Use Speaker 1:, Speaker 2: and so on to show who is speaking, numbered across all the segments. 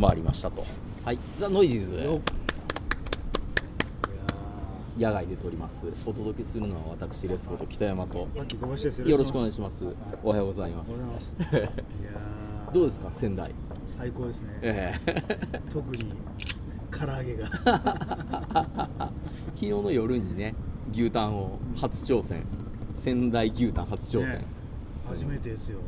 Speaker 1: 回りましたとはいザ・ノイジーズ野外で撮りますお届けするのは私レスこと北山と
Speaker 2: マッキー小林です
Speaker 1: よろしくお願いしますおはようございま
Speaker 2: おは
Speaker 1: す
Speaker 2: ようございますいや ー
Speaker 1: どうですか仙台
Speaker 2: 最高ですね
Speaker 1: え え
Speaker 2: 特に唐揚 げが
Speaker 1: 昨日の夜にね牛タンを初挑戦仙台牛タン初挑戦、
Speaker 2: ね初めてですよ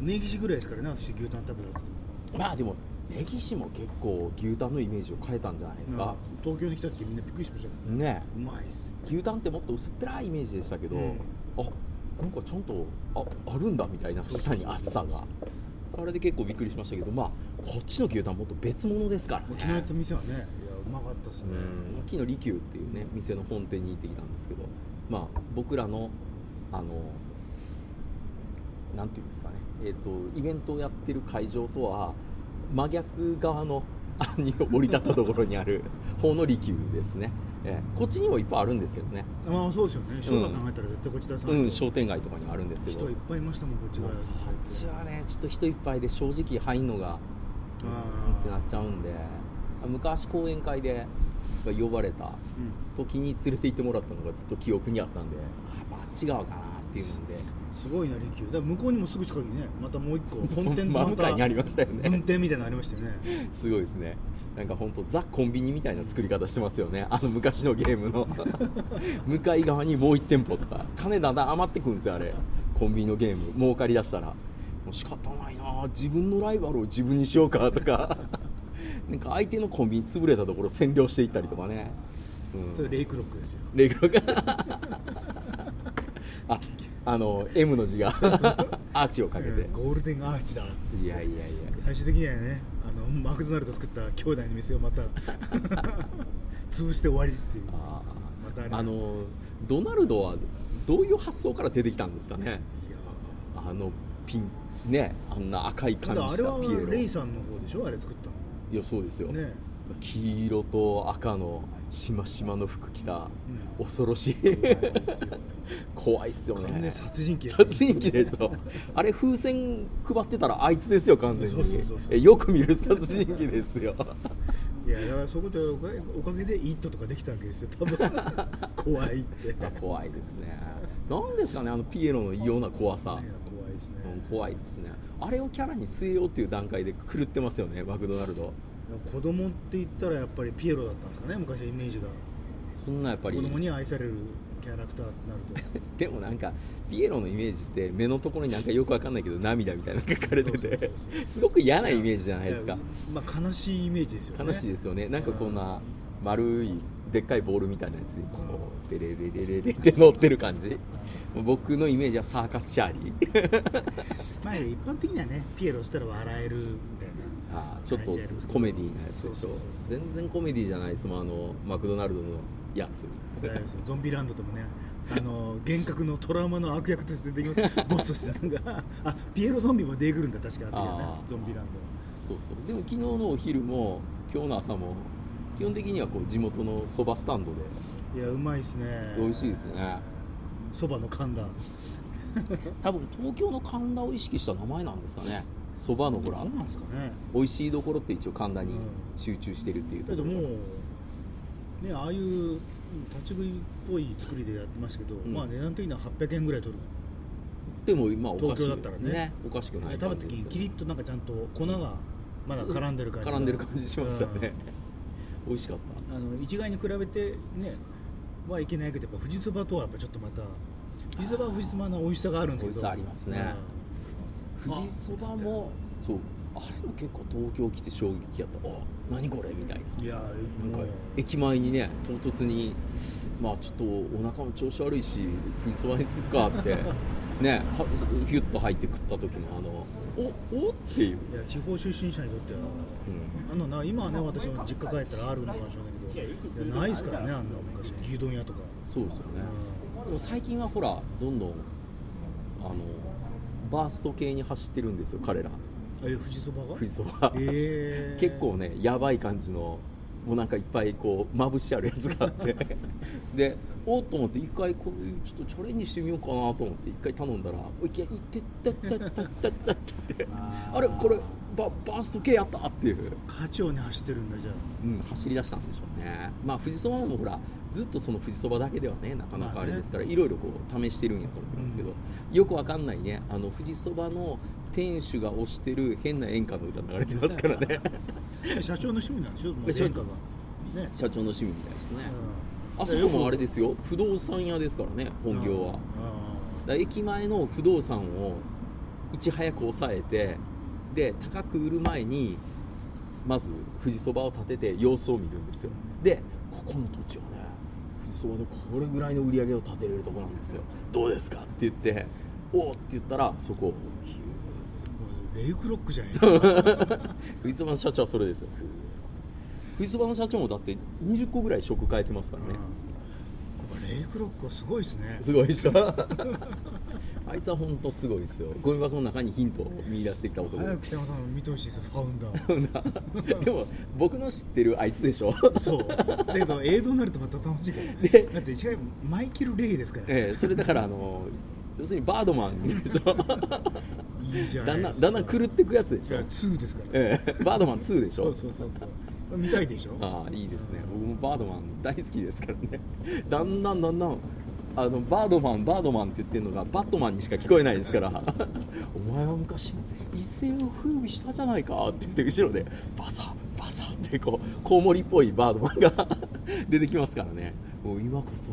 Speaker 2: 根岸ぐらいですからね私牛タン食べたやつと
Speaker 1: まあでも根岸も結構牛タンのイメージを変えたんじゃないですか、
Speaker 2: 東京に来たってみんなびっくりしましたもんね
Speaker 1: ね
Speaker 2: うまいっす
Speaker 1: 牛タンってもっと薄っぺらいイメージでしたけど、
Speaker 2: うん
Speaker 1: あなんかちゃんとああるんだみたいな下に厚さがあれで結構びっくりしましたけどまあこっちの牛タンもっと別物ですから
Speaker 2: もう昨日や
Speaker 1: ね
Speaker 2: った店はねいやうまかったっす
Speaker 1: う
Speaker 2: ね
Speaker 1: ん昨日利休っていうね店の本店に行ってきたんですけどまあ僕らのあのなんていうんですかねえっ、とイベントをやってる会場とは真逆側のあに降り立ったところにある方の利休ですね、ええこっちにもいっぱいあるんですけどね
Speaker 2: まあそうですよね商売考えたら絶対こっち出さな
Speaker 1: うん、
Speaker 2: い
Speaker 1: 商
Speaker 2: と
Speaker 1: 店街とかにもあるんですけど
Speaker 2: 人いっぱいいましたもんこっち
Speaker 1: も
Speaker 2: が
Speaker 1: うそっちはねちょっと人いっぱいで正直入んのがう
Speaker 2: あー
Speaker 1: んってなっちゃうんで昔講演会で呼ばれた
Speaker 2: うん
Speaker 1: 時に連れて行ってもらったのがずっと記憶にあったんであやっぱあっち側かなっていうのです
Speaker 2: ごいな利休だから向こうにもすぐ近くにねまたもう一 個本店と
Speaker 1: 真
Speaker 2: ま
Speaker 1: 向か
Speaker 2: た
Speaker 1: いにありましたよね
Speaker 2: 分店みたいなのありましたよね
Speaker 1: すごいですねなんか本当ザ・コンビニみたいな作り方してますよねあの昔のゲーム の向かい側にもう1店舗とか金だんだん余ってくるんですよあれコンビニのゲーム儲かりだしたらもう仕方ないな自分のライバルを自分にしようかとか なんか相手のコンビニ潰れたところ占領していったりとかね、う
Speaker 2: それ
Speaker 1: ん、
Speaker 2: レイクロックですよ
Speaker 1: レイクロが ああの M の 字がアーチをかけて
Speaker 2: うんゴールデンアーチだっつって
Speaker 1: いやいやいや
Speaker 2: 最終的にはねあのマクドナルド作った兄弟の店をまた 潰して終わりっていう
Speaker 1: あ
Speaker 2: またあ
Speaker 1: ー
Speaker 2: れ
Speaker 1: あのドナルドはどういう発想から出てきたんですかね
Speaker 2: いや
Speaker 1: あのピンねあんな赤い
Speaker 2: た
Speaker 1: 感
Speaker 2: だあ
Speaker 1: じし
Speaker 2: れ
Speaker 1: た
Speaker 2: は
Speaker 1: ピエロ
Speaker 2: レイ
Speaker 1: い
Speaker 2: さんの方でしょあれ作った
Speaker 1: やそうですよ、
Speaker 2: の ね
Speaker 1: 黄色と赤のしましまの服着た
Speaker 2: うん
Speaker 1: 恐ろしい怖いっすよ
Speaker 2: 完全に
Speaker 1: ね
Speaker 2: 殺人鬼ですね
Speaker 1: 殺人鬼でしょあれ風船配ってたらあいつですよ完全に
Speaker 2: そうそうそうそう
Speaker 1: えよく見る殺人鬼ですよ
Speaker 2: いやだからそういうことおかげおかげで「イット!」とかできたわけですよ多 分怖いってい
Speaker 1: あ
Speaker 2: や
Speaker 1: 怖いですねなんですかねあのピエロの異様な怖さ
Speaker 2: 怖いですね
Speaker 1: うん怖いですねあれをキャラに据えようっていう段階で狂ってますよねマクドナルド
Speaker 2: 子供って言ったらやっぱりピエロだったんですかね昔のイメージが
Speaker 1: そんなやっぱ
Speaker 2: 子
Speaker 1: り
Speaker 2: 供に愛されるキャラクターってなる
Speaker 1: でもなんかピエロのイメージって目のところになんかよくわかんないけど涙みたいなの書かれて
Speaker 2: そうそ
Speaker 1: て
Speaker 2: うそうそう
Speaker 1: すごく嫌
Speaker 2: と
Speaker 1: なイメージじゃないですか
Speaker 2: やまあ悲しいイメージですよね
Speaker 1: 悲しいですよねなんかこんな丸いでっかいボールみたいなやつにこうデレレレレレって乗ってる感じ僕のイメージはサーカスチャーリ ー
Speaker 2: まあ、一般的にはねピエロしたら笑えるみたいな
Speaker 1: あーちょっとコメディーなやつでし
Speaker 2: そう
Speaker 1: ょ
Speaker 2: そうそう
Speaker 1: 全然コメディーじゃないですもんあのマクドナルドのやつ
Speaker 2: 大丈夫ですよゾンビランドともねあの幻覚のトラウマの悪役として出てきますボスとしてなんかあピエロゾンビも出てくるんだ確かあったけどね
Speaker 1: あー
Speaker 2: ゾンビランドは
Speaker 1: そうそうでも昨日のお昼も今日の朝も基本的にはこう地元のそばスタンドで
Speaker 2: いやうまいですね
Speaker 1: 美味しいですね
Speaker 2: そばの神田
Speaker 1: 多分東京の神田を意識した名前なんですかね そばのほら
Speaker 2: どうなんですかね
Speaker 1: 美味しいどころって一応神田に集中してるっていうと
Speaker 2: だけ
Speaker 1: こ
Speaker 2: ど
Speaker 1: ろ
Speaker 2: もうねああいう立ち食いっぽい作りでやってましたけど、
Speaker 1: ん
Speaker 2: まあ値段的には800円ぐらい取る
Speaker 1: でも今おかしい
Speaker 2: 東京だったらね
Speaker 1: おかしくない
Speaker 2: 食べた
Speaker 1: 感じで
Speaker 2: 時
Speaker 1: す
Speaker 2: に
Speaker 1: よね
Speaker 2: キリッとなんかちゃんと粉がまだ絡んでる感じが
Speaker 1: 絡んでる感じしましたね
Speaker 2: うん
Speaker 1: 美味しかっ
Speaker 2: あの一概に比べてねはいけないけどやっぱ富士そばとはやっぱちょっとまた富士そばは富士そばの美味しさがあるんです
Speaker 1: 美
Speaker 2: けど
Speaker 1: 味しさありますねた富士そばもそうあれも結構東京来て衝撃やったあ何これみたいな
Speaker 2: うんいや
Speaker 1: な
Speaker 2: も
Speaker 1: ん
Speaker 2: う
Speaker 1: か駅前にね唐突にまあちょっとお腹も調子悪いし食いそばにすっかってねはヒュッと入って食った時のあのおおっていう、
Speaker 2: いや地方出身者にとってはあのな今はね私も実家帰ったらあるのかもしれないけどいやないですからねあんな昔牛丼屋とか、
Speaker 1: そうですよね
Speaker 2: う
Speaker 1: でも最近はほらどんどんあのバースト系に走ってるんですよ彼ら
Speaker 2: ん、え富士そばが
Speaker 1: 富士そば、
Speaker 2: え ー
Speaker 1: 結構ねやばい感じのもうなんかいっぱいこうまぶしてあるやつがあってでおっと思って一回こういうちょっとチャレンジしてみようかなと思って一回頼んだらいきなり「いってったったったったった」って
Speaker 2: あー
Speaker 1: あれこれババースト系やったっていう、
Speaker 2: 課長に走ってるんだじゃあ
Speaker 1: うん、走り出したんでしょうねまあ富士そばもほらずっとその富士そばだけではねなかなかあれですから、いろいろこう試してるんやと思いますけど、よくわかんないねあの富士そばの店主が推してる変な演歌の歌流れてますからね
Speaker 2: 社長の趣味なんでしょもう
Speaker 1: 社
Speaker 2: 変化がね
Speaker 1: 社長の趣味みたいですね、
Speaker 2: うん
Speaker 1: あそこもあれですよ不動産屋ですからね本業は、
Speaker 2: あ
Speaker 1: だから駅前の不動産をいち早く抑えてで高く売る前にまず富士そばを建てて様子を見るんですよでここの土地はね富士そばでこれぐらいの売り上げを立てれるとこなんですよどうですかって言っておおって言ったらそこをヒュー
Speaker 2: あもうレイクロックじゃな いですか
Speaker 1: 富士そばの社長はそれですよ富士そばの社長もだって20個ぐらい職変えてますからね、
Speaker 2: うんレイクロックはすごいですね
Speaker 1: すごいでしょ あいつは本当すごいですよゴミ箱の中にヒントを見出してきた男です
Speaker 2: 早く北山さんを見てほしいですよファウン ダー
Speaker 1: でも僕の知ってるあいつでしょ
Speaker 2: そうだけど映像になるとまた楽しいから
Speaker 1: で
Speaker 2: だって一概マイケル・レイですから、
Speaker 1: ええそれだからあの要するにバードマンでしょ
Speaker 2: いいじゃな
Speaker 1: だん
Speaker 2: い
Speaker 1: だ
Speaker 2: で
Speaker 1: ん
Speaker 2: す
Speaker 1: だ
Speaker 2: か
Speaker 1: んだん狂ってくやつでし
Speaker 2: じゃ
Speaker 1: ょ
Speaker 2: あ、2ですから、
Speaker 1: ええバードマン2でし
Speaker 2: そ
Speaker 1: ょ
Speaker 2: うそうそうそう見たいでしょ
Speaker 1: ああいいですね僕もバードマン大好きですからね だんだんだんだんあのバードマンバードマンって言ってるのがバットマンにしか聞こえないですから お前は昔一世を風靡したじゃないかって言って後ろでバサバサってこうコウモリっぽいバードマンが 出てきますからねもう今こそ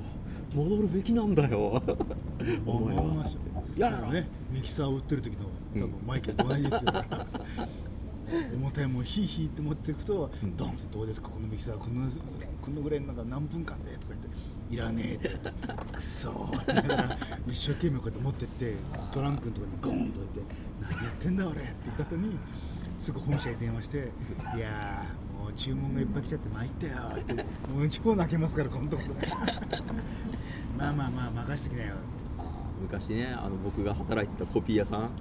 Speaker 1: 戻るべきなんだよ お前
Speaker 2: 思
Speaker 1: は
Speaker 2: いますよ
Speaker 1: いやだ
Speaker 2: ねミキサーを売ってる時の多分
Speaker 1: う
Speaker 2: マイケルと同じですよ、 重たいもんヒーヒーって持っていくと、
Speaker 1: うん
Speaker 2: ドンってどうですかこのミキサーこのこのぐらいのなんか何分間でとか言っていらねえって言ったらくそーって言いながら一生懸命こうやって持っ てってトランクのとこにゴーンと置いて何やってんだ俺って言った後にすぐ本社に電話していやーもう注文がいっぱい来ちゃって参ったよってもう一方泣けますからこのところ まあまあまあ任してきなよって
Speaker 1: あー昔ねあの僕が働いてたコピー屋さん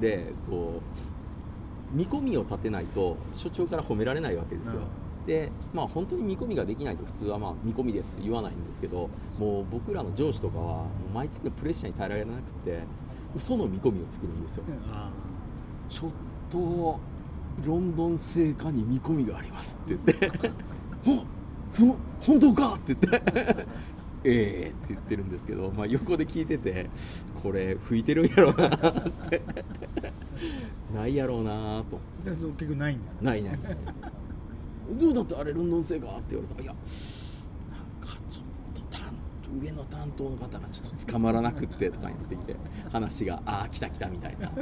Speaker 1: でこう見込みを立てないと所長から褒められないわけですよ、でまあ本当に見込みができないと普通はまあ見込みですって言わないんですけどもう僕らの上司とかはもう毎月のプレッシャーに耐えられなくて嘘の見込みを作るんですよ
Speaker 2: あ
Speaker 1: ちょっとロンドン製菓に見込みがありますって言って 「ほほ本当か!」って言って 「ええ」って言ってるんですけど、まあ、横で聞いててこれ吹いてるんやろうなって ないやろうなと
Speaker 2: あで結局ないんですか
Speaker 1: ないないどうだったあれロンドン製菓って言われたら「いやなんかちょっと担上の担当の方がちょっと捕まらなくって」とか言ってきて話が「ああ来た来た」みたいな。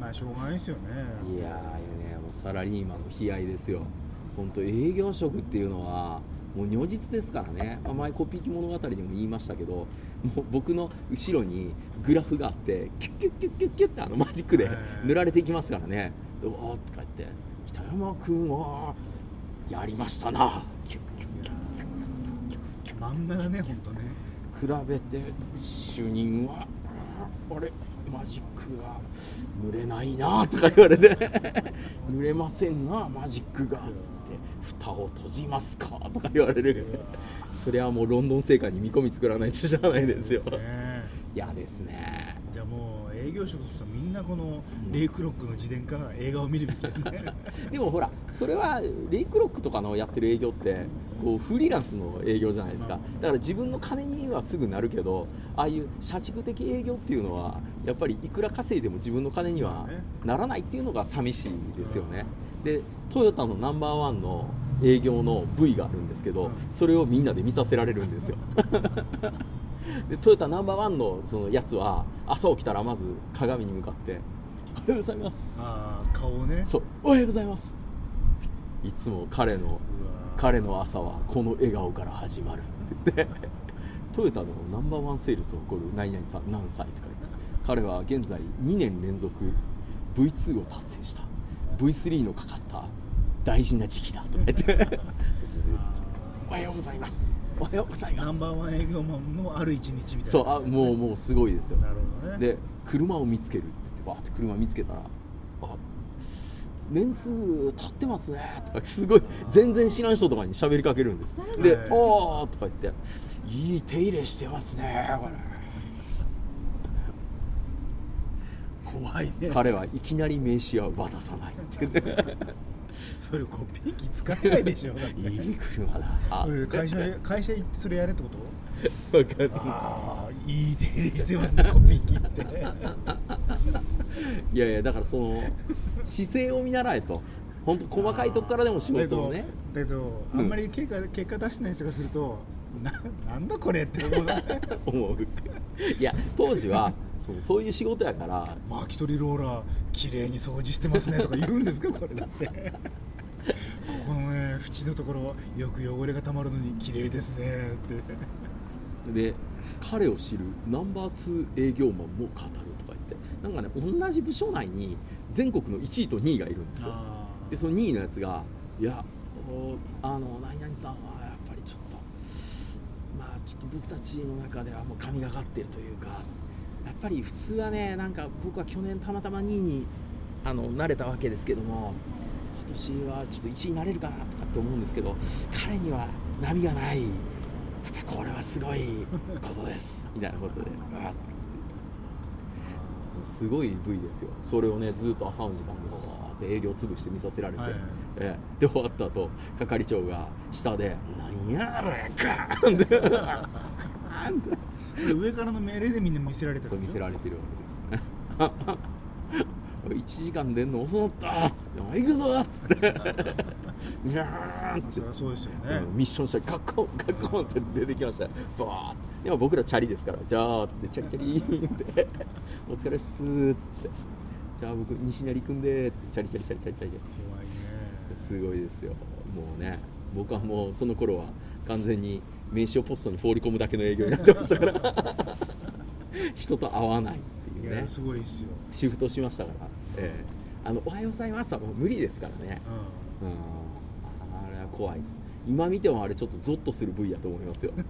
Speaker 2: まあしょうがないですよね
Speaker 1: いやーねもうサラリーマンの悲哀ですよ本当営業職っていうのはもう如実ですからねまあ前コピー機物語でも言いましたけどもう僕の後ろにグラフがあってキュッキュッキュッキュッキュッってあのマジックで
Speaker 2: はい
Speaker 1: 塗られていきますからねうおーとか言って「北山君はやりましたな」キュッキュッキュッ
Speaker 2: 漫画だね本当ね
Speaker 1: 比べて主任はあーあれマジックが濡れないなとか言われて 濡れませんなマジックがつって蓋を閉じますかとか言われるそれはもうロンドン製菓に見込み作らないと知らないですよ
Speaker 2: ね
Speaker 1: 嫌ですね
Speaker 2: じゃあもう営業職としてはみんなこのレイクロックの自伝か映画を見るべきです ね
Speaker 1: でもほらそれはレイクロックとかのやってる営業ってこうフリーランスの営業じゃないですかだから自分の金にはすぐなるけどああいう社畜的営業っていうのはやっぱりいくら稼いでも自分の金にはならないっていうのが寂しいですよねでトヨタのナンバーワンの営業の部位があるんですけどそれをみんなで見させられるんです よでトヨタナンバーワンのそのやつは朝起きたらまず鏡に向かって「おはようございます」
Speaker 2: ああ顔をね
Speaker 1: そうおはようございますいつも彼の
Speaker 2: うわ
Speaker 1: 彼の朝はこの笑顔から始まる って言ってトヨタのナンバーワンセールスを誇る何々さん何歳とか言って彼は現在2年連続 V2 を達成した V3 のかかった大事な時期だとか言っておはようございますおはようございます
Speaker 2: ナンバーワン営業マンのある一日みたいな
Speaker 1: そうあもうもうすごいですよ
Speaker 2: なるほどね
Speaker 1: で車を見つけるって言ってわーって車見つけたらあ年数経ってますねとかすごい全然知らん人とかに喋りかけるんですで
Speaker 2: はい
Speaker 1: 「おー」とか言って「いい手入れしてますねこれ」
Speaker 2: こ怖いね
Speaker 1: 彼はいきなり名刺は渡さないって言って
Speaker 2: それコピー機使えないでしょだっ て
Speaker 1: いい車だ
Speaker 2: おい 会社会社行ってそれやれってこと
Speaker 1: 分かんな
Speaker 2: ああいい手入れしてますねコピー機って
Speaker 1: いいやいやだからその姿勢を見習えと本当細かいとこからでも仕事をね
Speaker 2: だけどだけどあんまり結果,、結果出してない人がするとななんだこれって思う
Speaker 1: 思ういや当時はそうそういう仕事やから
Speaker 2: 巻き取りローラー綺麗に掃除してますねとか言うんですかこれだってここのね縁のところよく汚れがたまるのに綺麗ですねって
Speaker 1: で彼を知るナンバー2営業マンも語るとか言ってなんかね同じ部署内に全国の1位と2位がいるんですよ
Speaker 2: あー
Speaker 1: でその2位のやつが「いやおあの何々さんはやっぱりちょっとまあちょっと僕たちの中ではもう神がかってるというかやっぱり普通はねなんか僕は去年たまたま2位にあのなれたわけですけども今年はちょっと1位になれるかなとかって思うんですけど彼には波がないやっぱこれはすごいことですみたいなことでわーってすごい部位ですよそれをねずっと朝の時間でわーって営業潰して見させられて、
Speaker 2: はい
Speaker 1: ええで終わった後係長が下で「なんやあれ ガーン!」ってガーンって
Speaker 2: これ上からの命令でみんな見せられてた
Speaker 1: そう見せら
Speaker 2: れ
Speaker 1: れてるわけですね1 時間出んの遅なったっつって「行くぞ!」っつって「にゃーん!」
Speaker 2: まあ、
Speaker 1: っ
Speaker 2: そ
Speaker 1: て
Speaker 2: りゃそうですよね、
Speaker 1: うんミッション車ガッコンガッコンって出てきましたよバーって今僕らチャリですからじゃあっつってチャリチャリーンって お疲れっすーっつってじゃあ僕西成くんでーってチャリチャリチャリチャリチャリ
Speaker 2: 怖いね
Speaker 1: すごいですよもうね僕はもうその頃は完全に名刺をポストに放り込むだけの営業になってましたから 人と会わないっていう
Speaker 2: い
Speaker 1: ね
Speaker 2: やすごいですよ、
Speaker 1: シフトしましたから、ええあのおはようございますはもう無理ですからね
Speaker 2: う
Speaker 1: うんあれは怖いです今見てもあれちょっとゾッとする部位やと思いますよ
Speaker 2: ん、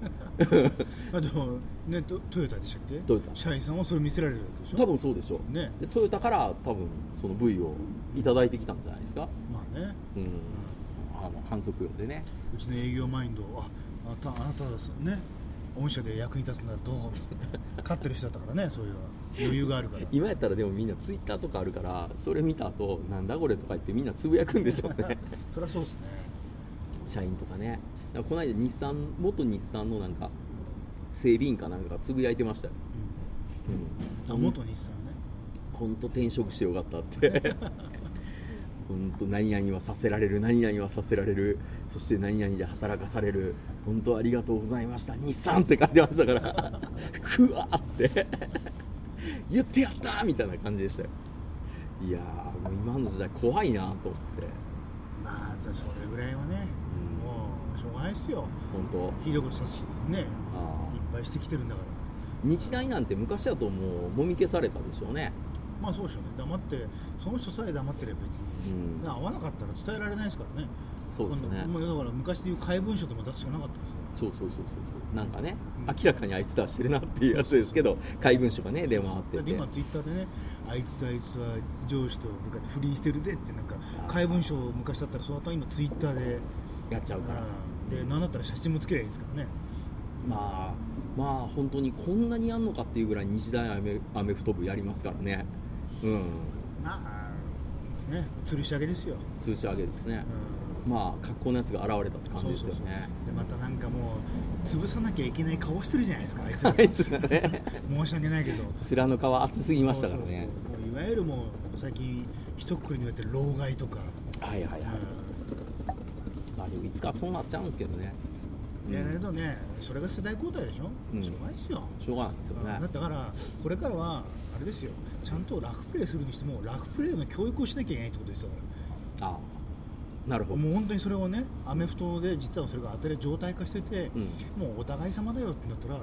Speaker 2: あと、ね、トトヨタでしたっけ
Speaker 1: トヨタ
Speaker 2: 社員さんはそれ見せられるわけでしょ
Speaker 1: 多分そうでしょう、
Speaker 2: ね
Speaker 1: でトヨタから多分その部位をいただいてきたんじゃないですか
Speaker 2: まあね、
Speaker 1: うん
Speaker 2: う
Speaker 1: あの反則用でね
Speaker 2: んうちの営業マインドああなたあなたですね御社で役に立つならどうです勝ってる人だったからね そういうのは余裕があるから
Speaker 1: 今やったらでもみんなツイッターとかあるからそれ見た後なんだこれとか言ってみんなつぶやくんでしょう ね
Speaker 2: そりゃそうですね
Speaker 1: 社員とかねだからこの間日産元日産のなんか整備員かなんかがつぶやいてましたよ、
Speaker 2: うんあ元日産ね
Speaker 1: 本当転職してよかったって本当何々はさせられる何々はさせられるそして何々で働かされる本当ありがとうございました日産って書いてましたから くわーって言ってやったーみたいな感じでしたよいやーもう今の時代怖いなと思って
Speaker 2: まあじゃあそれぐらいはね、
Speaker 1: うん
Speaker 2: もうしょうがないっすよ
Speaker 1: 本当
Speaker 2: ひどいことさすしねいっ
Speaker 1: あー
Speaker 2: ぱいしてきてるんだから
Speaker 1: 日大なんて昔だともうもみ消されたでしょうね
Speaker 2: まあそうでしょうね黙ってその人さえ黙ってれば別に、
Speaker 1: うん
Speaker 2: 会わなかったら伝えられないですからね
Speaker 1: そうですね
Speaker 2: 今度まあだから昔でいう怪文書とも出すしかなかったですよ
Speaker 1: そうそうそうそうそうなんかね
Speaker 2: う
Speaker 1: 明
Speaker 2: ん
Speaker 1: らかにあいつ出してるなっていうやつですけど怪文書がね出回って
Speaker 2: だって
Speaker 1: て
Speaker 2: 今ツイッターでねあいつとあいつは上司と部下で不倫してるぜってなんか
Speaker 1: あー
Speaker 2: 怪文書を昔だったらその後は今ツイッターで
Speaker 1: やっちゃうから
Speaker 2: うんで何だったら写真もつけりゃいいですからね
Speaker 1: まあまあ本当にこんなにやんのかっていうぐらい日大アメアメフト部やりますからねうん
Speaker 2: まあね吊るし上げですよ、
Speaker 1: 通し上げですね
Speaker 2: う、ん
Speaker 1: まあ格好のやつが現れたって感じですよね
Speaker 2: でまたなんかもう潰さなきゃいけない顔してるじゃないですかあいつ ら
Speaker 1: あいつがね
Speaker 2: 申し訳ないけど
Speaker 1: 面の皮厚すぎましたからね
Speaker 2: そうそうそうもういわゆるもう最近一括りに言われてる老害とか、
Speaker 1: はいはいはい、
Speaker 2: う
Speaker 1: まあでもいつかそうなっちゃうんですけどね、うん
Speaker 2: ん、いやだけどねそれが世代交代でしょ、
Speaker 1: うん
Speaker 2: しょうがないですよ、
Speaker 1: しょうがないですよね
Speaker 2: だってだからこれからはあれですよちゃんとラフプレーするにしてもラフプレーの教育をしなきゃいけないってことですよだか
Speaker 1: ああなる
Speaker 2: ら
Speaker 1: ほど
Speaker 2: もう本当にそれをねアメフトで実はそれが当たり状態化してて、
Speaker 1: うん
Speaker 2: もうお互い様だよってなったら、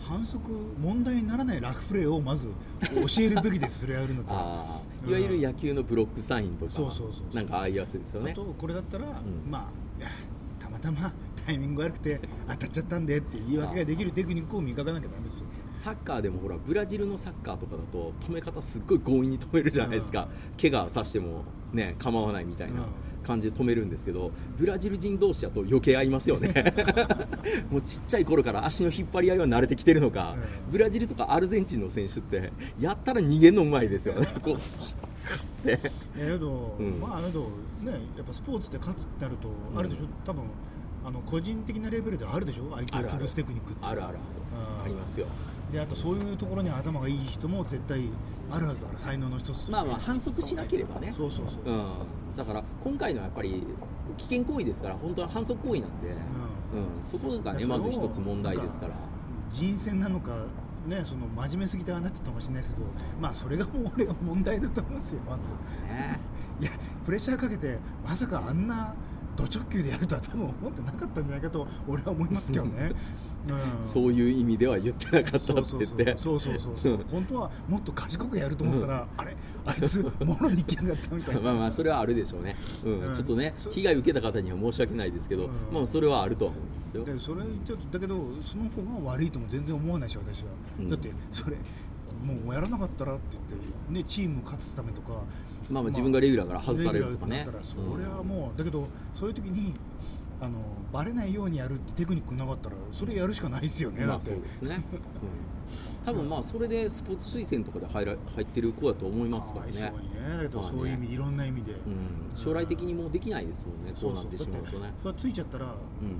Speaker 2: 反則問題にならないラフプレーをまず教えるべきですそれやるんだった ら
Speaker 1: あ
Speaker 2: う
Speaker 1: あ
Speaker 2: ん
Speaker 1: いわゆる野球のブロックサインとか
Speaker 2: そうそうそうそう
Speaker 1: なんかああいうやつですよ
Speaker 2: あ
Speaker 1: ね
Speaker 2: とこれだったら、
Speaker 1: ん
Speaker 2: まあいやたまたまタイミング悪くて当たっちゃったんでって言い訳ができるテクニックを磨かなきゃダメですよ
Speaker 1: サッカーでもほらブラジルのサッカーとかだと止め方すっごい強引に止めるじゃないですか怪我さしてもね構わないみたいな、
Speaker 2: うん
Speaker 1: 感じで止めるんですけどブラジル人同士だと余計合いますよね もうちっちゃい頃から足の引っ張り合いは慣れてきてるのか、ブラジルとかアルゼンチンの選手ってやったら逃げるのうまいですよねこうスッって
Speaker 2: やけど、
Speaker 1: うん
Speaker 2: まああれだけどねやっぱスポーツで勝つってなると、
Speaker 1: ん
Speaker 2: あるでしょ多分あの個人的なレベルではあるでしょ相手を潰すテクニックって
Speaker 1: あるあるあるありますすよ
Speaker 2: であとそういうところに頭がいい人も絶対あるはずだから才能の一つ
Speaker 1: まあまあ反則しなければね
Speaker 2: そうそうそう
Speaker 1: う
Speaker 2: そう、
Speaker 1: んだから今回のはやっぱり危険行為ですから本当は反則行為なんで、うん、そこがね
Speaker 2: いや
Speaker 1: ま
Speaker 2: それを
Speaker 1: ず一つ問題ですから
Speaker 2: 人選なのかねその真面目すぎてああなっちゃったのかもしれないですけどまあそれがもう俺が問題だと思うんですよまず
Speaker 1: ね
Speaker 2: いやプレッシャーかけてまさかあんなド直球でやるとは多分思ってなかったんじゃないかと俺は思いますけ どね、うん、
Speaker 1: そういう意味では言ってなかったって言って
Speaker 2: そうそうそうそうそうそう本当はもっと賢くやると思ったら、あれあいつもろに来やがったみたいな
Speaker 1: まあまあそれはある でしょうね、うん
Speaker 2: うん
Speaker 1: ちょっとね
Speaker 2: そ
Speaker 1: 被害受けた方には申し訳ないですけど、
Speaker 2: うん
Speaker 1: まあそれはあるとは思うんですよ
Speaker 2: でそれ言っちゃうとだけどその子が悪いとも全然思わないし私は、
Speaker 1: うん
Speaker 2: だってそれもうやらなかったらって言って、ね、チーム勝つためとか
Speaker 1: まあまあ自分がレギュラーから外されるとかね
Speaker 2: レギュラーだったらそれはもうだけどそういう時にあのバレないようにやるってテクニックなかったらそれやるしかないですよね、
Speaker 1: ま
Speaker 2: だ
Speaker 1: あ
Speaker 2: って
Speaker 1: そうですね、うん、多分まあそれでスポーツ推薦とかで入ら入ってる子だと思います
Speaker 2: か
Speaker 1: か
Speaker 2: わ
Speaker 1: ら
Speaker 2: いそう
Speaker 1: ね
Speaker 2: にねだけど、
Speaker 1: まあね
Speaker 2: そういう意味いろんな意味で、
Speaker 1: うん、将来的にもうできないですもんね、そうなってしまうと
Speaker 2: だっ
Speaker 1: ね
Speaker 2: て、それついちゃったら、
Speaker 1: う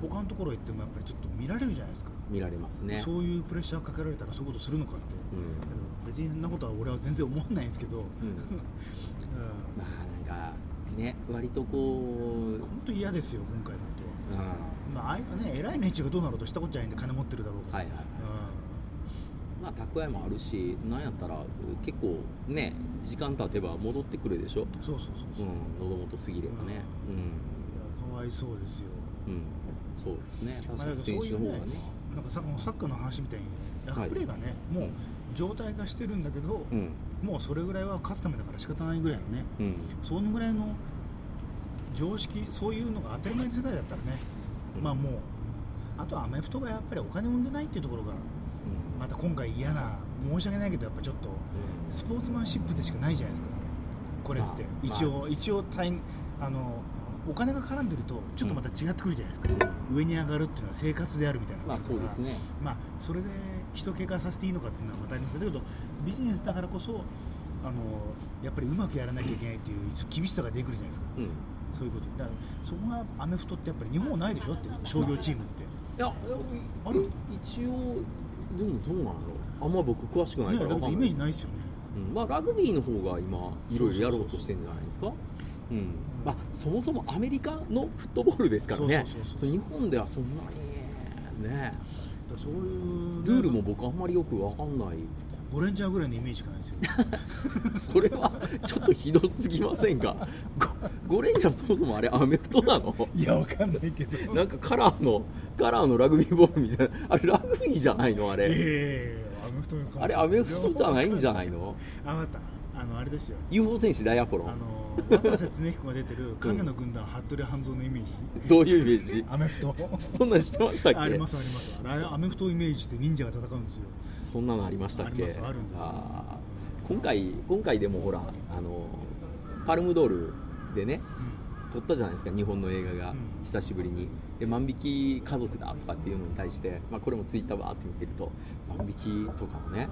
Speaker 1: ん
Speaker 2: 他のところ行ってもやっぱりちょっと見られるじゃないですか、
Speaker 1: 見られますね。
Speaker 2: そういうプレッシャーかけられたらそういうことするのかって、
Speaker 1: うん
Speaker 2: だけど別にそんなことは俺は全然思わないんですけど、う
Speaker 1: う
Speaker 2: ん
Speaker 1: ん まあなんかね割とこう、うん、
Speaker 2: 本当嫌ですよ今回のことは、まあ、ああいうね偉い連中がどうなろうとしたことじゃないんで金持ってるだろうが、
Speaker 1: はいはいまあ蓄えもあるしなんやったら結構ね時間経てば戻ってくるでしょ、
Speaker 2: うん、そうそうそ
Speaker 1: う
Speaker 2: うそう、
Speaker 1: ん、
Speaker 2: いや
Speaker 1: 喉元過ぎればね
Speaker 2: かわいそうですよ
Speaker 1: うん、うん、そうですね確
Speaker 2: ま
Speaker 1: か
Speaker 2: あ
Speaker 1: に
Speaker 2: だから
Speaker 1: 選
Speaker 2: そう
Speaker 1: 手
Speaker 2: い
Speaker 1: の
Speaker 2: う
Speaker 1: 方
Speaker 2: ね
Speaker 1: がね
Speaker 2: なんかさもうサッカーの話みたいにラフプレーがね、もう状態化してるんだけど、
Speaker 1: うん
Speaker 2: もうそれぐらいは勝つためだから仕方ないぐらいのね
Speaker 1: うん
Speaker 2: そのぐらいの常識そういうのが当たり前の世界だったらね、まあもうあとはアメフトがやっぱりお金を生んでないっていうところがまた今回嫌な申し訳ないけどやっぱちょっとスポーツマンシップでしかないじゃないですかこれって
Speaker 1: まあ
Speaker 2: 一応一応大あのお金が絡んでるとちょっとまた違ってくるじゃないですか、上に上がるっていうのは生活であるみたいな
Speaker 1: まあそうですね
Speaker 2: まあ、それで人怪我させていいのかっていうのはまたありますけどだけどビジネスだからこそあのやっぱりうまくやらなきゃいけないっていう厳しさが出てくるじゃないですか
Speaker 1: うんい
Speaker 2: そういうことだからそこがアメフトってやっぱり日本はないでしょだって商業チームって
Speaker 1: や
Speaker 2: ある
Speaker 1: 一応でもどうなんだろうあんま僕詳しくない
Speaker 2: ね
Speaker 1: から
Speaker 2: だ
Speaker 1: わ
Speaker 2: か
Speaker 1: からん
Speaker 2: イ
Speaker 1: な
Speaker 2: メー
Speaker 1: い
Speaker 2: ジないですよね
Speaker 1: うんまあ、ラグビーの方が今いろいろやろうとしてるんじゃないですか。うんまあ、そもそもアメリカのフットボールですからね
Speaker 2: そうそうそうそう
Speaker 1: そう日本ではそんなにねね
Speaker 2: だからそういう
Speaker 1: ルールも僕あんまりよくわかんない
Speaker 2: ゴレンジャーぐらいのイメージしかないですよ
Speaker 1: それはちょっとひどすぎませんかゴゴレンジャーそもそもあれアメフトなの
Speaker 2: いやわかんないけど
Speaker 1: なんかカラーのカラーのラグビーボールみたいなあれラグビーじゃないのあ
Speaker 2: いやい
Speaker 1: れ
Speaker 2: やいやアメフトの
Speaker 1: あれアメフトじゃないんじゃないいの
Speaker 2: あ分かったあのあれですよ
Speaker 1: UFO 戦士ダイアポロ
Speaker 2: あの渡瀬恒彦が出てる影の軍団服部半蔵のイメージ
Speaker 1: どういうイメージ
Speaker 2: アメフト
Speaker 1: そんなんしてましたっけ
Speaker 2: ありますありますあれアメフトをイメージして忍者が戦うんですよ
Speaker 1: そんなのありましたっけ
Speaker 2: ありますあるんですよ
Speaker 1: あー今回今回でもほらあのパルムドールでね撮ったじゃないですか日本の映画が、
Speaker 2: うん
Speaker 1: 久しぶりにで万引き家族だとかっていうのに対して、まあ、これもツイッターバーって見てると万引きとかをね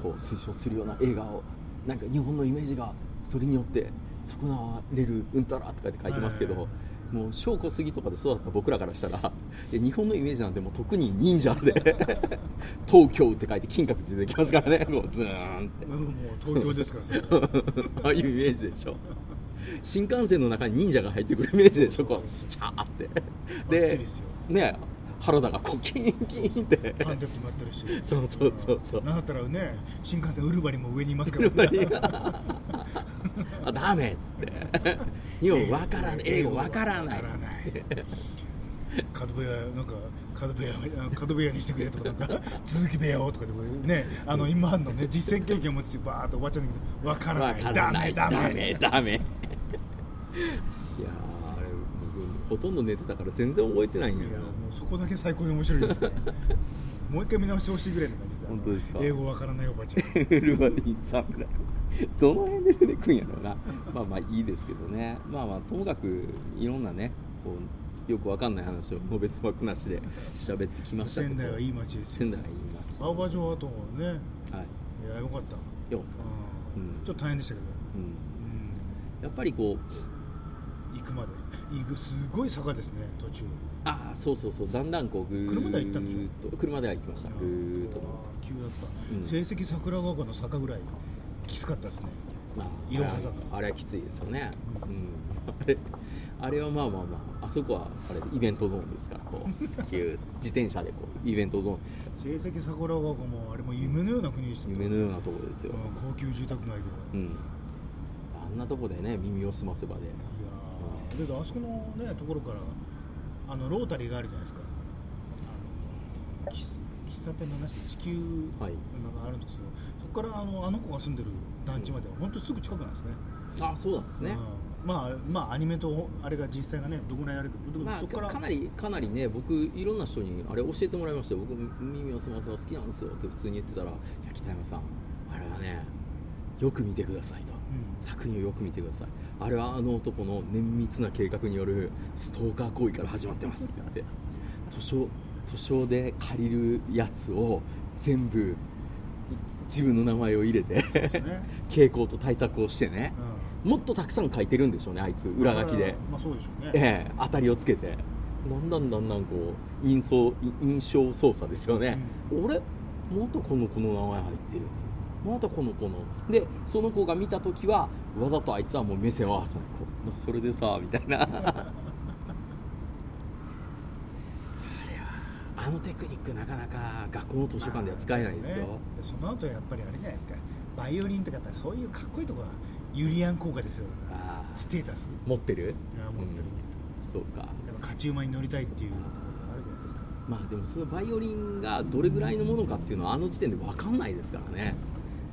Speaker 1: こう推奨するような映画をなんか日本のイメージがそれによって損なわれるうんたらとかって書いてますけど、
Speaker 2: はい
Speaker 1: もう証拠ぎとかで育った僕らからしたらで日本のイメージなんてもう特に忍者で 東京って書いて金閣寺でできますからねこうズーンって
Speaker 2: うんもう東京ですか らそれ
Speaker 1: ああいうイメージでしょ新幹線の中に忍者が入ってくるイメージでしょこうスチャーって
Speaker 2: バッチ
Speaker 1: で
Speaker 2: リですよ
Speaker 1: ね原田がこうキンキンって
Speaker 2: ハンデップもやってるし
Speaker 1: そうそうそうそう
Speaker 2: なんだったらね新幹線ウルバリンも上にいますからね
Speaker 1: あダメっつって日本分からない英語分からない
Speaker 2: わからない角部屋なんか角部屋あ角部屋にしてくれとかなんか続き部屋をとかでこうねあの今のね実践経験を持つしバーっとおばちゃんだけどわからな
Speaker 1: 分
Speaker 2: い
Speaker 1: からない
Speaker 2: ダ
Speaker 1: ダ
Speaker 2: メ
Speaker 1: メ
Speaker 2: ダ
Speaker 1: ダメダ
Speaker 2: メ
Speaker 1: メいやーあれ僕ほとんど寝てたから全然覚えてないん
Speaker 2: い
Speaker 1: だ
Speaker 2: や
Speaker 1: よ
Speaker 2: もうそこだけ最高に面白いですからもう一回見直してほしいぐらいの感じさ
Speaker 1: 本当ですか
Speaker 2: 英語わからないおばちゃん
Speaker 1: ウルヴァリン侍どの辺で出てくんやろうなまあまあいいですけどねまあまあともかくいろんなねこうよくわかんない話をのべつ幕なしで喋ってきましたけど
Speaker 2: 仙台はいい街ですよ
Speaker 1: 仙台はいい街
Speaker 2: 青葉城跡もね
Speaker 1: はい
Speaker 2: いやよかった
Speaker 1: よかっ
Speaker 2: う
Speaker 1: うん
Speaker 2: んちょっと大変でしたけど、
Speaker 1: たうん
Speaker 2: う
Speaker 1: やっぱりこう
Speaker 2: ん、行くまで行くすごい坂ですね途中
Speaker 1: ああそうそうそうだんだんこうぐーっと
Speaker 2: 車では行ったんでし
Speaker 1: 車では行きましたぐーっと登っ
Speaker 2: 急だった、
Speaker 1: うん
Speaker 2: 成績桜ヶ丘の坂ぐらいきつかったですね
Speaker 1: てま
Speaker 2: いろは坂
Speaker 1: ああれはきついですよね、う
Speaker 2: うん
Speaker 1: あれ あれはまあまあまああそこはあれイベントゾーンですからこ うキュー自転車でこうイベントゾーン
Speaker 2: 成績桜ヶ丘もあれも夢のような国でしたね
Speaker 1: 夢のようなとこですよ、
Speaker 2: うん高級住宅街で、
Speaker 1: う
Speaker 2: いや
Speaker 1: ん、あんなとこでね耳を澄ませばで
Speaker 2: ーだけどあそこのねところからあのロータリーがあるじゃないですかあの喫喫茶店の話で地球
Speaker 1: はい
Speaker 2: なんかあるんですけど、そこからあのあの子が住んでる団地までは本当すぐ近くなんですね、
Speaker 1: あそうなんですね、
Speaker 2: うんまあまあアニメとあれが実際がねどこぐらいあるかでも
Speaker 1: まあ、
Speaker 2: そこ
Speaker 1: か
Speaker 2: から
Speaker 1: かなりかなりね僕いろんな人にあれ教えてもらいましたよ僕耳を澄ませば好きなんですよって普通に言ってたら「いや北山さんあれはねよく見てください」と。
Speaker 2: うん
Speaker 1: 作品をよく見てくださいあれはあの男の綿密な計画によるストーカー行為から始まってますって言って図書図書で借りるやつを全部自分の名前を入れて
Speaker 2: ですね、
Speaker 1: 傾向と対策をしてねもっとたくさん書いてるんでしょうねあいつ
Speaker 2: うん
Speaker 1: 裏書きで、
Speaker 2: まあそうでしょうね、
Speaker 1: ええ当たりをつけてだんだんだんだんこう印象印象操作ですよね、俺またこの子の名前入ってるまたこの子のでその子が見た時はわざとあいつはもう目線を合わせないこうそれでさみた いなあれはあのテクニックなかなか学校の図書館では使えないですよ、
Speaker 2: まあねでその後やっぱりあれじゃないですかバイオリンとかやっぱりそういうかっこいいとこはユリアン効果ですよ
Speaker 1: ああ
Speaker 2: ステータス
Speaker 1: 持ってる
Speaker 2: いや持ってる持って
Speaker 1: そうか
Speaker 2: るやっぱ勝ち馬に乗りたいっていうところがあるじゃないですか
Speaker 1: まあでもそのバイオリンがどれぐらいのものかっていうのはあの時点で分かんないですからね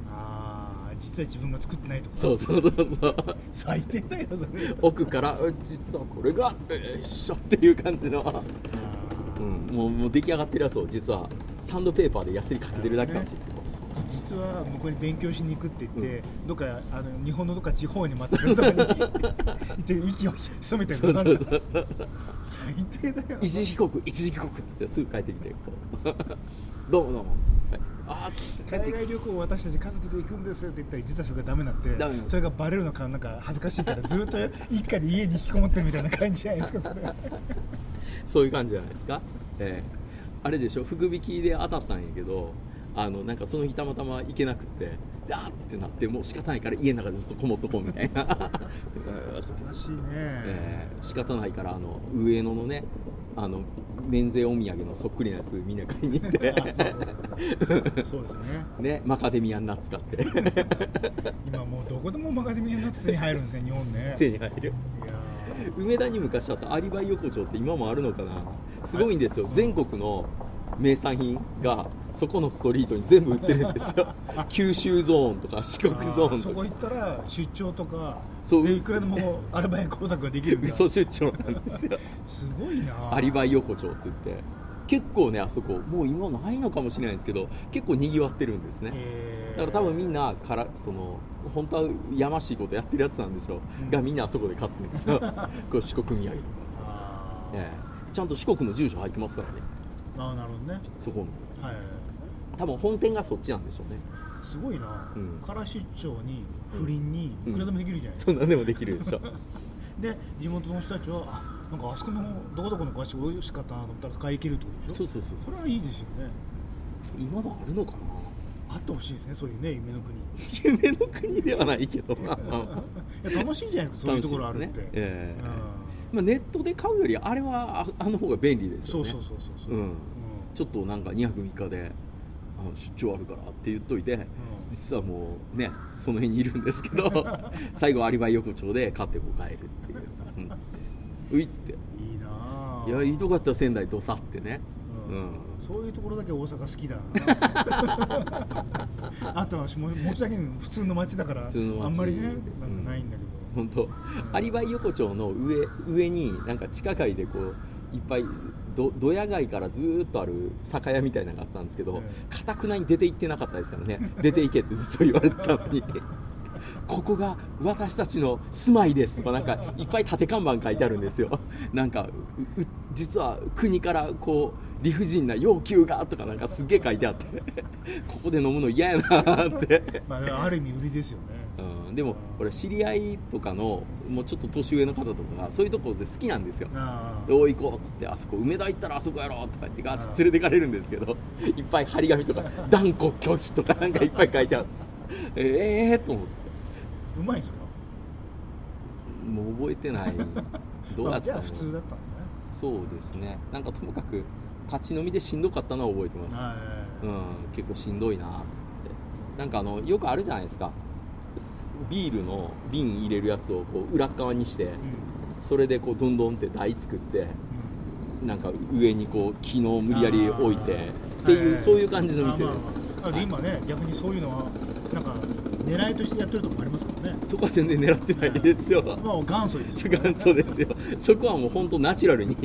Speaker 2: ああ実は自分が作ってないとか
Speaker 1: そうそうそうそう
Speaker 2: 最低だよそれ
Speaker 1: 奥からうん実はこれがよいしょっていう感じの、
Speaker 2: あ
Speaker 1: う
Speaker 2: ー
Speaker 1: ん、もうもう出来上がってるやつを実はサンドペーパーでヤスリかけてるだけかもしれない、
Speaker 2: 実は向こうに勉強しに行くって言って、どっかあの日本のどっか地方にまた別荘に 行って息を潜めてるのなんだ最低だよ
Speaker 1: 一時帰国一時帰国っつってすぐ帰ってきてこう どうもどうもっつってああ帰って
Speaker 2: 海
Speaker 1: きて
Speaker 2: 外旅行を私たち家族で行くんですって言ったら実はそれがダメになって
Speaker 1: ダメなの
Speaker 2: それがバレるのかなんか恥ずかしいからずっと一家で家に引きこもってるみたいな感じじゃないですかそれは
Speaker 1: そういう感じじゃないですか、ええあれでしょ福引きで当たったんやけどあのなんかその日たまたま行けなくってあーってなってもう仕方ないから家の中でずっとこもっとこうみたい な
Speaker 2: 悲しいね、
Speaker 1: えー仕方ないからあの上野のねあの免税お土産のそっくりなやつみんな買いに行っ て
Speaker 2: あそうそうそうそうですね
Speaker 1: ねマカデミアンナッツ買って
Speaker 2: 今もうどこでもマカデミアナッツに入るんですね日本ねい
Speaker 1: 手に入る
Speaker 2: やー
Speaker 1: 梅田に昔あったアリバイ横丁って今もあるのかなすごいんですよ全国の名産品がそこのストリートに全部売ってるんです よ九州ゾーンとか四国ゾ
Speaker 2: あー
Speaker 1: ー
Speaker 2: そ
Speaker 1: ンと
Speaker 2: こ
Speaker 1: か
Speaker 2: 行ったら出張とか
Speaker 1: そう
Speaker 2: でいくらでもアルバイト工作ができるみたいな
Speaker 1: 嘘出張なんですよ
Speaker 2: すごいな
Speaker 1: アリバイ横丁って言って結構ねあそこもう今ないのかもしれないですけど結構にぎわってるんですね、
Speaker 2: えー
Speaker 1: だから多分みんなからその本当はやましいことやってるやつなんでしょう、
Speaker 2: うん
Speaker 1: がみんなあそこで買ってるんです よこれ四国土産、
Speaker 2: あー
Speaker 1: ええちゃんと四国の住所入ってますからね
Speaker 2: あーなるほどね
Speaker 1: そこの
Speaker 2: はい
Speaker 1: 多分本店がそっちなんでしょうね
Speaker 2: すごいな、
Speaker 1: うん
Speaker 2: から出張に不倫にいくらでもできるじゃないです
Speaker 1: そ
Speaker 2: か、
Speaker 1: んなんでもできるでしょ
Speaker 2: で地元の人たちはあなんかあそこのどこどこの菓子美味しかったなと思ったら買い切るってことでし
Speaker 1: そ
Speaker 2: ょ
Speaker 1: うそうそう
Speaker 2: そ
Speaker 1: そう
Speaker 2: れはいいですよね
Speaker 1: 今もあるのかな
Speaker 2: あってほしいですねそういうね夢の 国い
Speaker 1: 夢の国ではないけど まあまあまあ
Speaker 2: や楽しいんじゃないですかそういうところあるって、
Speaker 1: 楽しいですねええ
Speaker 2: うん
Speaker 1: まあネットで買うよりあれはああの方が便利です
Speaker 2: そ
Speaker 1: よ
Speaker 2: う
Speaker 1: ね
Speaker 2: そうそうそうそううん
Speaker 1: ちょっとなんか2泊3日であの出張あるからって言っといて
Speaker 2: う
Speaker 1: 実はもうねその辺にいるんですけ ど最後アリバイ横丁で勝ってこう帰るっていう、うん、ういって
Speaker 2: んいいなあ
Speaker 1: いやいいとこやったら仙台どさってね
Speaker 2: う
Speaker 1: うんん
Speaker 2: そういうところだけ大阪好きだ なあとはも持ちだけに普通の街だから
Speaker 1: 普通の街
Speaker 2: あんまりねなんかないんだけど、
Speaker 1: 本当アリバイ横丁の上上になんか地下街でこういっぱいどドヤ街からずーっとある酒屋みたいなのがあったんですけど
Speaker 2: え
Speaker 1: かたくなに出て行ってなかったですからね出て行けってずっと言われてたのにここが私たちの住まいですとかなんかいっぱい縦看板書いてあるんですよなんかうう実は国からこう理不尽な要求がとかなんかすっげえ書いてあってここで飲むの嫌やなーって
Speaker 2: まあ、ある意味売りですよね、
Speaker 1: うん、でも俺知り合いとかのもうちょっと年上の方とかがそういうとこで好きなんですよ「
Speaker 2: ああ
Speaker 1: おい行こう」っつって「あそこ梅田行ったらあそこやろ」とか言ってガーッて連れてかれるんですけど いっぱい張り紙と か「断固拒否」とかなんかいっぱい書いてあ ってええー、と思って
Speaker 2: うまいんですか
Speaker 1: もう覚えてないどうや っ
Speaker 2: まあじ
Speaker 1: た
Speaker 2: ゃあ
Speaker 1: の
Speaker 2: 普通だったんだね
Speaker 1: そうですねなんかともかく立ち飲みでしんどかったのは覚えてます
Speaker 2: は
Speaker 1: う
Speaker 2: い
Speaker 1: ん、結構しんどいなと思ってなんかあのよくあるじゃないですかすビールの瓶入れるやつをこう裏っ側にして
Speaker 2: うん
Speaker 1: それでこうどんどんって台作って
Speaker 2: うん
Speaker 1: なんか上にこう木の無理やり置いて
Speaker 2: あー
Speaker 1: っていう、
Speaker 2: は
Speaker 1: そういう感じの店です、
Speaker 2: あまあまあで今ね逆にそういうのはなんか狙いとしてやってるとこもありますからね
Speaker 1: そこは全然狙ってないですよ
Speaker 2: まあ元祖ですよね
Speaker 1: 元祖ですよそこはもう本当ナチュラルに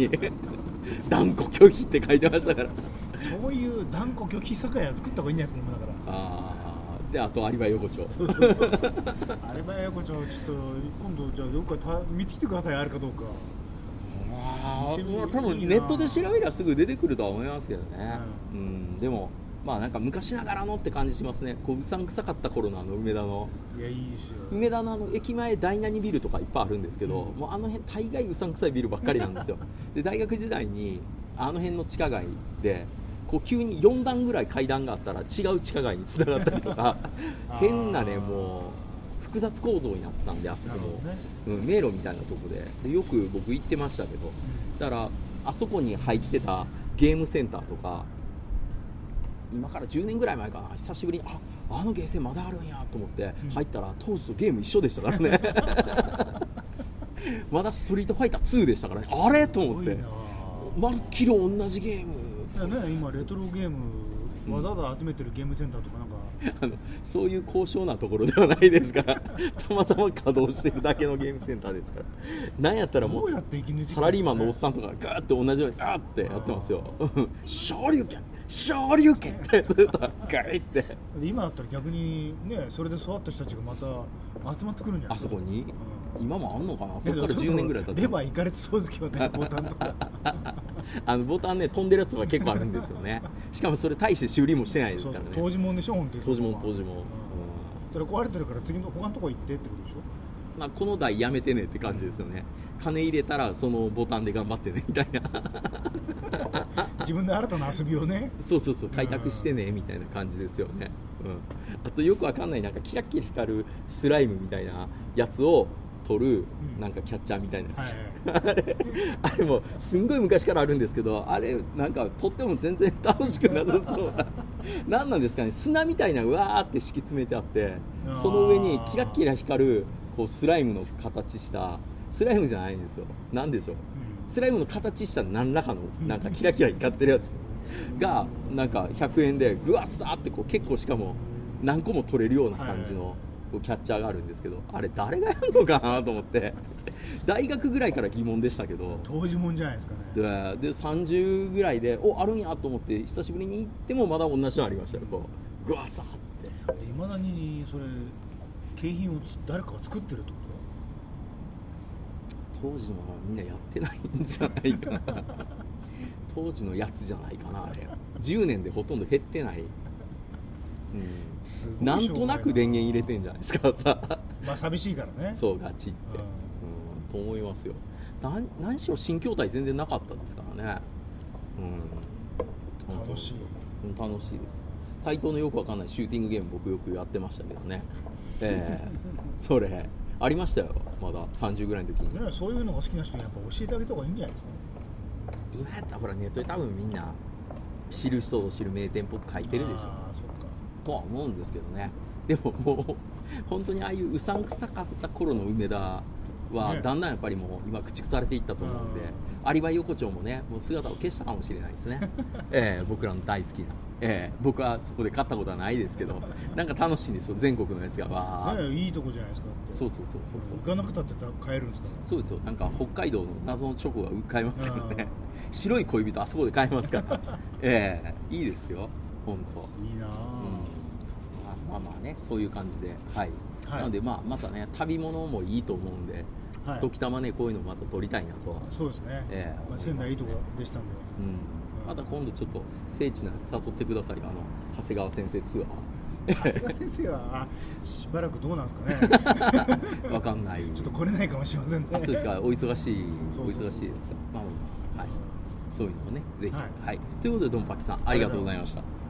Speaker 1: 断固拒否って書いてましたから
Speaker 2: そういう断固拒否酒屋作った方がいいんじゃないですか今だから
Speaker 1: ああであとアリバイ横丁
Speaker 2: そうそうそうあればやこちゃんちょっと今度じゃあどっかた見てきてくださいあるかどうか、
Speaker 1: あ
Speaker 2: 見てみ
Speaker 1: ー多分ネットで調べりゃすぐ出てくるとは思いますけどね、うんでもまあなんか昔ながらのって感じしますねこううさんくさかった頃のあの梅田の
Speaker 2: いやいいですよ
Speaker 1: 梅田のあの駅前第何ビルとかいっぱいあるんですけど、
Speaker 2: うん
Speaker 1: もうあの辺大概うさんくさいビルばっかりなんですよで大学時代にあの辺の地下街でこう急に4段ぐらい階段があったら違う地下街に繋がったりと か
Speaker 2: あー
Speaker 1: 変なねもう複雑構造になったんであそ
Speaker 2: な
Speaker 1: こ
Speaker 2: るほ
Speaker 1: も、
Speaker 2: どね、
Speaker 1: うん、迷路みたいなとこででよく僕行ってましたけどだからあそこに入ってたゲームセンターとか今から10年ぐらい前かな久しぶりにああのゲーセンまだあるんやと思って
Speaker 2: うん
Speaker 1: 入ったら、当時とゲーム一緒でしたから ねまだストリートファイター2でしたからねあれと
Speaker 2: うん
Speaker 1: 思っ
Speaker 2: すごい
Speaker 1: て
Speaker 2: な
Speaker 1: まっきり同じゲーム
Speaker 2: だからね今レトロゲーム
Speaker 1: うん
Speaker 2: わざわざ集めてるゲームセンターとかなんか、
Speaker 1: あのそういう高尚なところではないですからたまたま稼働してるだけのゲームセンターですからなんやったらも
Speaker 2: ど
Speaker 1: う
Speaker 2: うやって生き抜いてきたんですかね
Speaker 1: サラリーマンのおっさんとかがガーッて同じようにガーッてやってますよ「昇竜拳昇竜拳!」って やってたガリって
Speaker 2: 今だったら逆にねそれで育った人たちがまた集まってくるんじゃな
Speaker 1: あ
Speaker 2: いで
Speaker 1: そ
Speaker 2: すか
Speaker 1: こに
Speaker 2: う
Speaker 1: 今もあんのかなんそっから10年ぐらい経って
Speaker 2: レバーいかれてそうですけどねボタンとか
Speaker 1: あのボタンね飛んでるやつが結構あるんですよ ねしかもそれ大して修理もしてないです
Speaker 2: そう
Speaker 1: からね
Speaker 2: 当時もんでしょ本当に
Speaker 1: 当時も当時も、
Speaker 2: う
Speaker 1: うん
Speaker 2: んそれ壊れてるから次の他のとこ行ってってことでしょ
Speaker 1: まあ、この台やめてねって感じですよね金入れたらそのボタンで頑張ってねみたいな
Speaker 2: 自分で新たな遊びをね
Speaker 1: そうそうそう開拓してねみたいな感じですよね、うん、あとよくわかんないなんかキラキラ光るスライムみたいなやつを取る
Speaker 2: うん
Speaker 1: なんかキャッチャーみたいなやつ、
Speaker 2: はい
Speaker 1: あれ あれもすんごい昔からあるんですけどあれなんか取っても全然楽しくなさそうな 何なんですかね砂みたいなのがわーって敷き詰めてあって
Speaker 2: あー
Speaker 1: その上にキラキラ光るこうスライムの形したスライムじゃないんですよ何でしょう
Speaker 2: う
Speaker 1: スライムの形した何らかのなんかキラキラ光ってるやつがなんか100円でグワッサーってこう結構しかも何個も取れるような感じ
Speaker 2: は
Speaker 1: のこうキャッチャーがあるんですけどあれ誰がやるのかなと思って 大学ぐらいから疑問でしたけど
Speaker 2: ん当時もんじゃないですかね
Speaker 1: でで30ぐらいでおあるんやと思って久しぶりに行ってもまだ同じのありましたよこうグワッサーって
Speaker 2: いまだにそれ景品をつ誰かが作ってるってこ
Speaker 1: 当時のはみんなやってないんじゃないかな 当時のやつじゃないかなあれ10年でほとんど減ってない、うん
Speaker 2: とすごい
Speaker 1: なん
Speaker 2: 商
Speaker 1: と
Speaker 2: 売
Speaker 1: なく電源入れてんじゃないですかさ
Speaker 2: まあ寂しいからね
Speaker 1: そうガチって、
Speaker 2: う
Speaker 1: う
Speaker 2: ん
Speaker 1: ん、と思いますよなん何しろ新筐体全然なかったですからね、うん、
Speaker 2: 楽しい
Speaker 1: うん楽しいです対等のよくわかんないシューティングゲーム僕よくやってましたけどねえ えそれありましたよまだ30ぐらいの時に
Speaker 2: ねそういうのが好きな人にやっぱ教えてあげた方がいいんじゃないですか
Speaker 1: 今やったらほらネットで多分みんな知る人ぞ知る名店っぽく書いてるでしょ
Speaker 2: ああそうか
Speaker 1: とは思うんですけどねでももう本当にああいううさんくさかった頃の梅田は
Speaker 2: ね
Speaker 1: だんだんやっぱりもう今駆逐されていったと思うんでアリバイ横丁もねもう姿を消したかもしれないです ね、ええ僕らの大好きな、ええ僕はそこで買ったことはないですけどなんか楽しいんですよ全国のやつがわーっ
Speaker 2: ねいいとこじゃないですかだって
Speaker 1: とそうそうそうそうそう
Speaker 2: 行かなくたって帰るんですか
Speaker 1: そうですよなんか北海道の謎のチョコが買えますからね
Speaker 2: う
Speaker 1: 白い恋人あそこで買えますから ええいいですよ本当。
Speaker 2: んいいなあ
Speaker 1: まあまあまあねそういう感じではい、
Speaker 2: はい
Speaker 1: なのでまあまたね旅物もいいと思うんで、
Speaker 2: はい
Speaker 1: 時たまねこういうのまた撮りたいなとは、
Speaker 2: そうですね、
Speaker 1: ええ
Speaker 2: まあ、仙台いいとこでしたん で
Speaker 1: うん、また今度ちょっと聖地のやつ誘ってくださいよあの長谷川先生ツ
Speaker 2: 長谷川先生はあしばらくどうなんです かね
Speaker 1: ア ーわかんない
Speaker 2: ちょっと来れないかもしれませんね
Speaker 1: あそうですかお忙しい
Speaker 2: そ
Speaker 1: お
Speaker 2: うそうそう
Speaker 1: 忙しいですよまあまあまあはいそういうのもねぜひ、
Speaker 2: は
Speaker 1: はいいということでドンパキさんありがとうございました
Speaker 2: ありがとうございました